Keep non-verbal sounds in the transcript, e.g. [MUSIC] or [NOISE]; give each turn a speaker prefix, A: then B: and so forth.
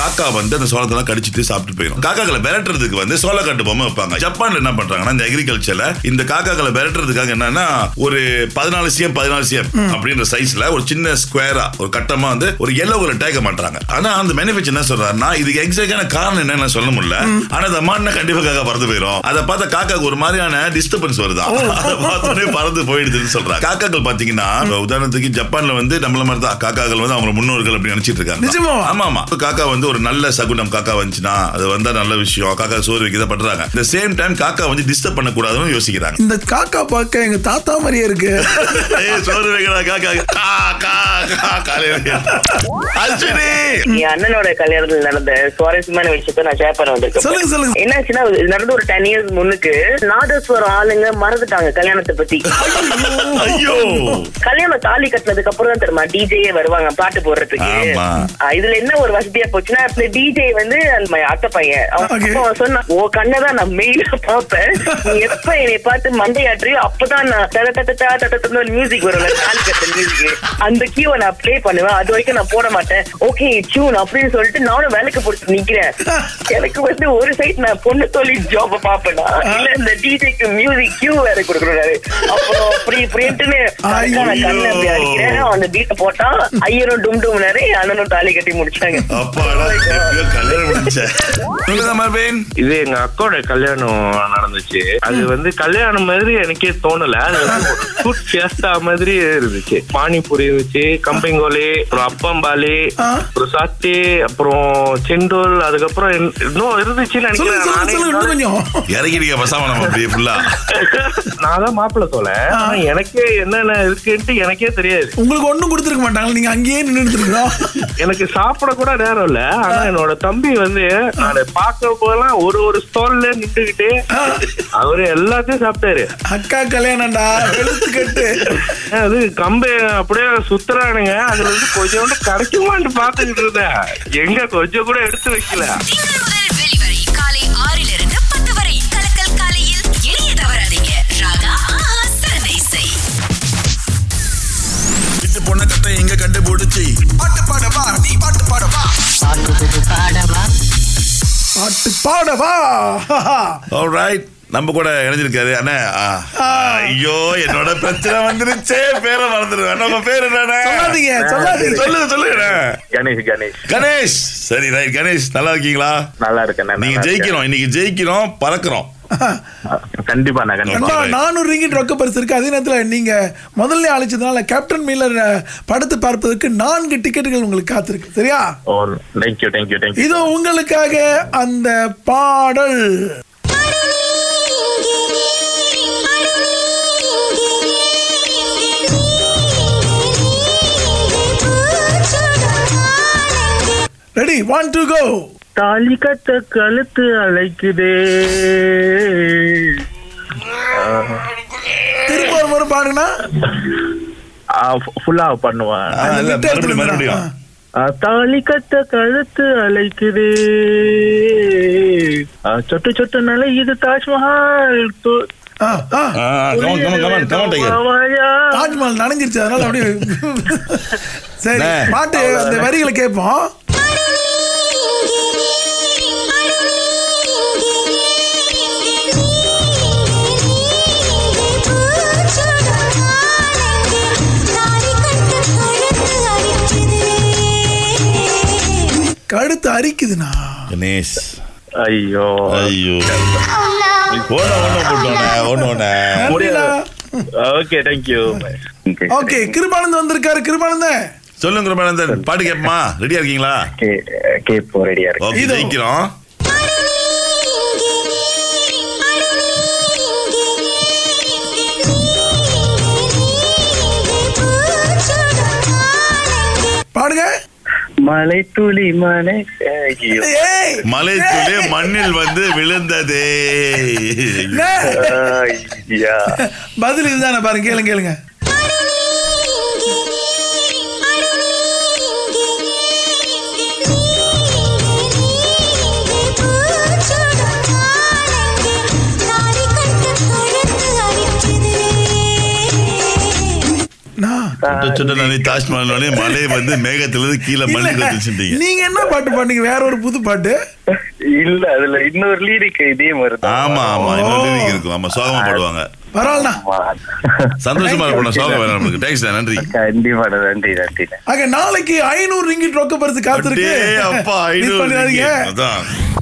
A: காக்கா வந்து அந்த சோளத்தெல்லாம் கடிச்சிட்டு சாப்பிட்டு போயிடும் காக்காக்களை விரட்டுறதுக்கு வந்து சோளக்காட்டு பொம்மை வைப்பாங்க ஜப்பான்ல என்ன பண்றாங்கன்னா இந்த அக்ரிகல்ச்சர்ல இந்த காக்காக்களை விரட்டுறதுக்காக என்னன்னா ஒரு பதினாலு சிஎம் பதினாலு சிஎம் அப்படின்ற சைஸ்ல ஒரு சின்ன ஸ்கொயரா ஒரு கட்டமா வந்து ஒரு எல்லோ கலர் டேக்க மாட்டாங்க ஆனா அந்த மேனுஃபேக்சர் என்ன சொல்றாருன்னா இதுக்கு எக்ஸாக்டான காரணம் என்னன்னு சொல்ல முடியல ஆனா இந்த மான்னா கண்டிப்பா காக்கா பறந்து போயிடும் அதை பார்த்தா காக்காக்கு ஒரு மாதிரியான டிஸ்டர்பன்ஸ் வருதா [LAUGHS] அதை பார்த்தோன்னே பறந்து போயிடுதுன்னு சொல்றாங்க காக்காக்கள் பாத்தீங்கன்னா இப்ப உதாரணத்துக்கு ஜப்பான்ல வந்து நம்மள மாதிரி தான் காக்காக்கள் வந்து அவங்க முன்னோர்கள் அப்படி நினைச்சிட்டு இருக்காங்க
B: நிஜமாவா?
A: ஆமா ஆமா இப்ப காக்கா வந்து ஒரு நல்ல சகுனம் காக்கா வந்துச்சுன்னா அது வந்தா நல்ல விஷயம் காக்கா சோறு வைக்க தான் பண்றாங்க இந்த சேம் டைம் காக்கா வந்து டிஸ்டர்ப் பண்ண கூடாதுன்னு யோசிக்கிறாங்க
B: இந்த காக்கா பார்க்க எங்க தாத்தா மாதிரியே இருக்கு
A: ஏய், சோறு வைக்கிறா காக்கா கா கா கா காலையில அஸ்வினி
C: என் அண்ணனோட கல்யாணத்துல நடந்த சுவாரஸ்யமான விஷயத்த நான் ஷேர் பண்ண
B: சொல்லுங்க,
C: வந்திருக்கேன் [LAUGHS]
B: சொல்லுங்க.
C: என்னாச்சுன்னா இது நடந்து ஒரு டென் இயர்ஸ் முன்னுக்கு நாதஸ்வரம் ஆளுங்க மறந்துட்டாங்க கல்யாணத்தை பத்தி
A: ஐயோ
C: கல்யாணம் தாலி கட்டினதுக்கு அப்புறம் தான் தெரியுமா டிஜேயே வருவாங்க பாட்டு போடுறதுக்கு
A: ஆமா.
C: ஆ, இதுல என்ன ஒரு வசதியா போச்சுன்னா இந்த டிஜே வந்து அந்த ம- அத்தை பையன் அவன்
B: Okay.
C: அப்பா அவன் சொன்னான் ஓ கண்ணதான் நான் மெயினா பார்ப்பேன் நீ எப்ப என்னை பார்த்து மண்டையாற்றியோ அப்பதான் நான் தட தட தட தட தட மியூசிக் வரும்ல தாலி கட்ட மியூசிக் அந்த கியூவை நான் ப்ளே பண்ணுவேன் அது வரைக்கும் நான் போட மாட்டேன் ஓகே டியூன் அப்படின்னு சொல்லிட்டு நானும் வேலைக்கு போட்டு நிக்கிறேன் எனக்கு வந்து ஒரு சைடு நான் பொண்ணு தொழில் ஜாப் பாப்பேனா இல்ல இந்த டிஜேக்கு மியூசிக் கியூ வேற கொடுக்குறாரு அப்புறம் அப்படி இப்படின்ட்டுன்னு கணக்கா நான் கண்ணை அப்படி அடிக்கிறேன் அந்த பீட்டை போட்டா ஐயரும் டும் டும்னாரு அண்ணனும் தாலி கட்டி முடிச்சாங்க
A: அப்பாடா எப்படியோ கல்யாணம் முடிச்சேன் உங்களுதான் மார்பின்
D: இது எங்க அக்காவோட கல்யாணம் நடந்துச்சு அது வந்து கல்யாணம் மாதிரி எனக்கே தோணல அது வந்து ஃபுட் fiesta மாதிரி இருந்துச்சு பானிபூரி இருந்துச்சு கம்பிங்கோலி அப்புறம் அப்பம்பாலி
B: ஆ.
D: அப்புறம் சட்டி அப்புறம் செண்டோல் அதுக்கப்புறம் இன்- இன்னும் இருந்துச்சுன்னு
B: சொல்லுங்க சொல்லுங்க
D: நினைக்கிறேன் நானே
B: சொல்லுங்க இன்னும் கொஞ்சம்
A: இறங்கிடுங்க பசாம நம்ம அப்படியே ஃபுல்லா
D: நான் தான் மாப்பிள்ள தோல ஆனா எனக்கே என்னென்ன இருக்குன்ட்டு எனக்கே தெரியாது
B: உங்களுக்கு ஒண்ணும் கொடுத்துருக்க மாட்டாங்க நீங்க அங்கேயே நின்றுருக்கோம்
D: எனக்கு சாப்பிட கூட நேரம் இல்ல ஆனா என்னோட தம்பி வந்து நான் பார்க்க போதெல்லாம் ஒரு ஒரு ஸ்டால்ல நின்றுகிட்டு அவரு எல்லாத்தையும் சாப்பிட்டாரு
B: அக்கா கல்யாணம்டா வெளுத்து கட்டு
D: அது கம்பு அப்படியே சுத்துறானுங்க அதுல இருந்து கொஞ்சோண்டு கிடைக்குமான்னு பாத்துக்கிட்டு இருந்தேன் எங்க கொஞ்சம் கூட எடுத்து வைக்கல
E: திங்கள் முதல் வெளிவரை காலை ஆறிலிருந்து பத்து வரை கலக்கல் காலையில் இணைய தவறாதீங்க ராகா ஆஹா, சிறந்த இசை
F: விட்டு பொண்ண கட்ட எங்க கண்டுபிடிச்சி பாட்டு பாடவா நீ பாட்டு பாடவா
B: பாட்டு பாடவா
A: ஆல்ரைட் நம்ம கூட இணைஞ்சிருக்காரு அண்ணா ஆ. ஐயோ என்னோட பிரச்சனை வந்துருச்சே பேரை மறந்துடுவேன் நம்ம பேர் என்னண்ணே
B: சொல்லாதீங்க
A: [LAUGHS]
B: சொல்லாதீங்க
A: சொல்லுங்க சொல்லுங்க
D: கணேஷ் கணேஷ்
A: கணேஷ் சரி ரைட் கணேஷ் நல்லா இருக்கீங்களா
D: நல்லா இருக்கேன் நான்
A: நீங்க
D: நல்லா
A: ஜெயிக்கிறோம் இன்னைக்கு ஜெயிக்கிறோம் பறக்கிறோம்
D: இருக்கேன். கண்டிப்பா நான் கண்டிப்பா
B: அண்ணா நானூறு ரிங்கிட் ரொக்க பரிசு இருக்கு அதே நேரத்தில் நீங்க முதல்ல அழைச்சதுனால கேப்டன் மீலர் அஹ், படத்தை பார்ப்பதற்கு நான்கு டிக்கெட்டுகள் உங்களுக்கு காத்திருக்கு சரியா
D: ஓ தேங்க்யூ தேங்க்யூ தேங்க்யூ
B: இது உங்களுக்காக அந்த பாடல் ரெடி ஒன் டு கோ
D: தாலி கட்ட கழுத்து அழைக்குதே
B: திரும்ப ஒரு முறை பாடுனா
D: ஃபுல்லா பண்ணுவேன்
A: ஆ, இல்ல,
B: விட்டு எடுத்துட்டு
A: மறுபடியும் மறுபடியும்
B: வந்துடலாம்.
D: ஆ, தாலி கட்ட கழுத்து அழைக்குதே ஆ, சொட்டு சொட்டு நலை இது தாஜ்மஹால் து-
B: ஆ, ஆ.
A: ஆ, come on, come on, come on, come on, tiger.
D: வாயா.
B: தாஜ்மஹால் நனைஞ்சிருச்சு அதனால அப்படியே சரி
A: அண்ணே.
B: பாட்டு அந்த வரிகளை கேட்போம் கழுத்து அரிக்குதுண்ணா
A: கணேஷ்
D: ஐயோ
A: ஐயோ ஒண்ணு ஒண்ணு போட்டோண்ணே ஒண்ணு ஒண்ணு
B: நன்றிண்ணா.
D: ஓகே தேங்க்யூ
B: ஓகே கிருபானந்த் வந்திருக்காரு கிருபானந்தன்
A: சொல்லுங்க மேனந்தன் பாட்டு கேட்போமா ரெடியா இருக்கீங்களா
D: கேப்போ ரெடியா இருக்கு
A: ஓகே
B: இதோ.
A: ஜெயிக்கிறோம்
B: பாடுங்க
D: மலை துளி மலை ஐயோ.
B: ஏய்
A: மலை துளி மண்ணில் வந்து விழுந்ததே
B: அண்ணே.
D: ஐயா.
B: பதில் இதுதானே பாருங்க கேளுங்க கேளுங்க
G: அடிக்குதே
B: அண்ணா,
D: ஆ,
A: சுட்ட சுட்ட நானே தாஜ்மஹால் நானே மலை வந்து மேகத்திலிருந்து கீழே மலை
B: இல்ல,
A: வந்துச்சுட்டீங்க
B: நீங்க என்ன பாட்டு பாடுனீங்க வேற ஒரு புது பாட்டு
D: இல்ல அதுல இன்னொரு லீடிக்கு இதே மாதிரி தான்
A: ஆமா ஆமா இன்னொரு
B: ஓ.
A: lyric இருக்கும் ஆமா சோகமா பாடுவாங்க
B: பரவாயில்லண்ணா
D: ஆமா.
A: சந்தோஷமா இருப்போம் சோகம் வேணும் நமக்கு தேங்க்ஸ் நன்றி
D: கண்டிப்பாடா நன்றி நன்றி
B: ஆக நாளைக்கு ஐநூறு ரிங்கிட் ரொக்க பரிசு காத்திருக்கு
A: அடே, அப்பா
B: Miss
A: ஐநூறு
B: பண்ணிடாதீங்க.
A: ringgit. அதான்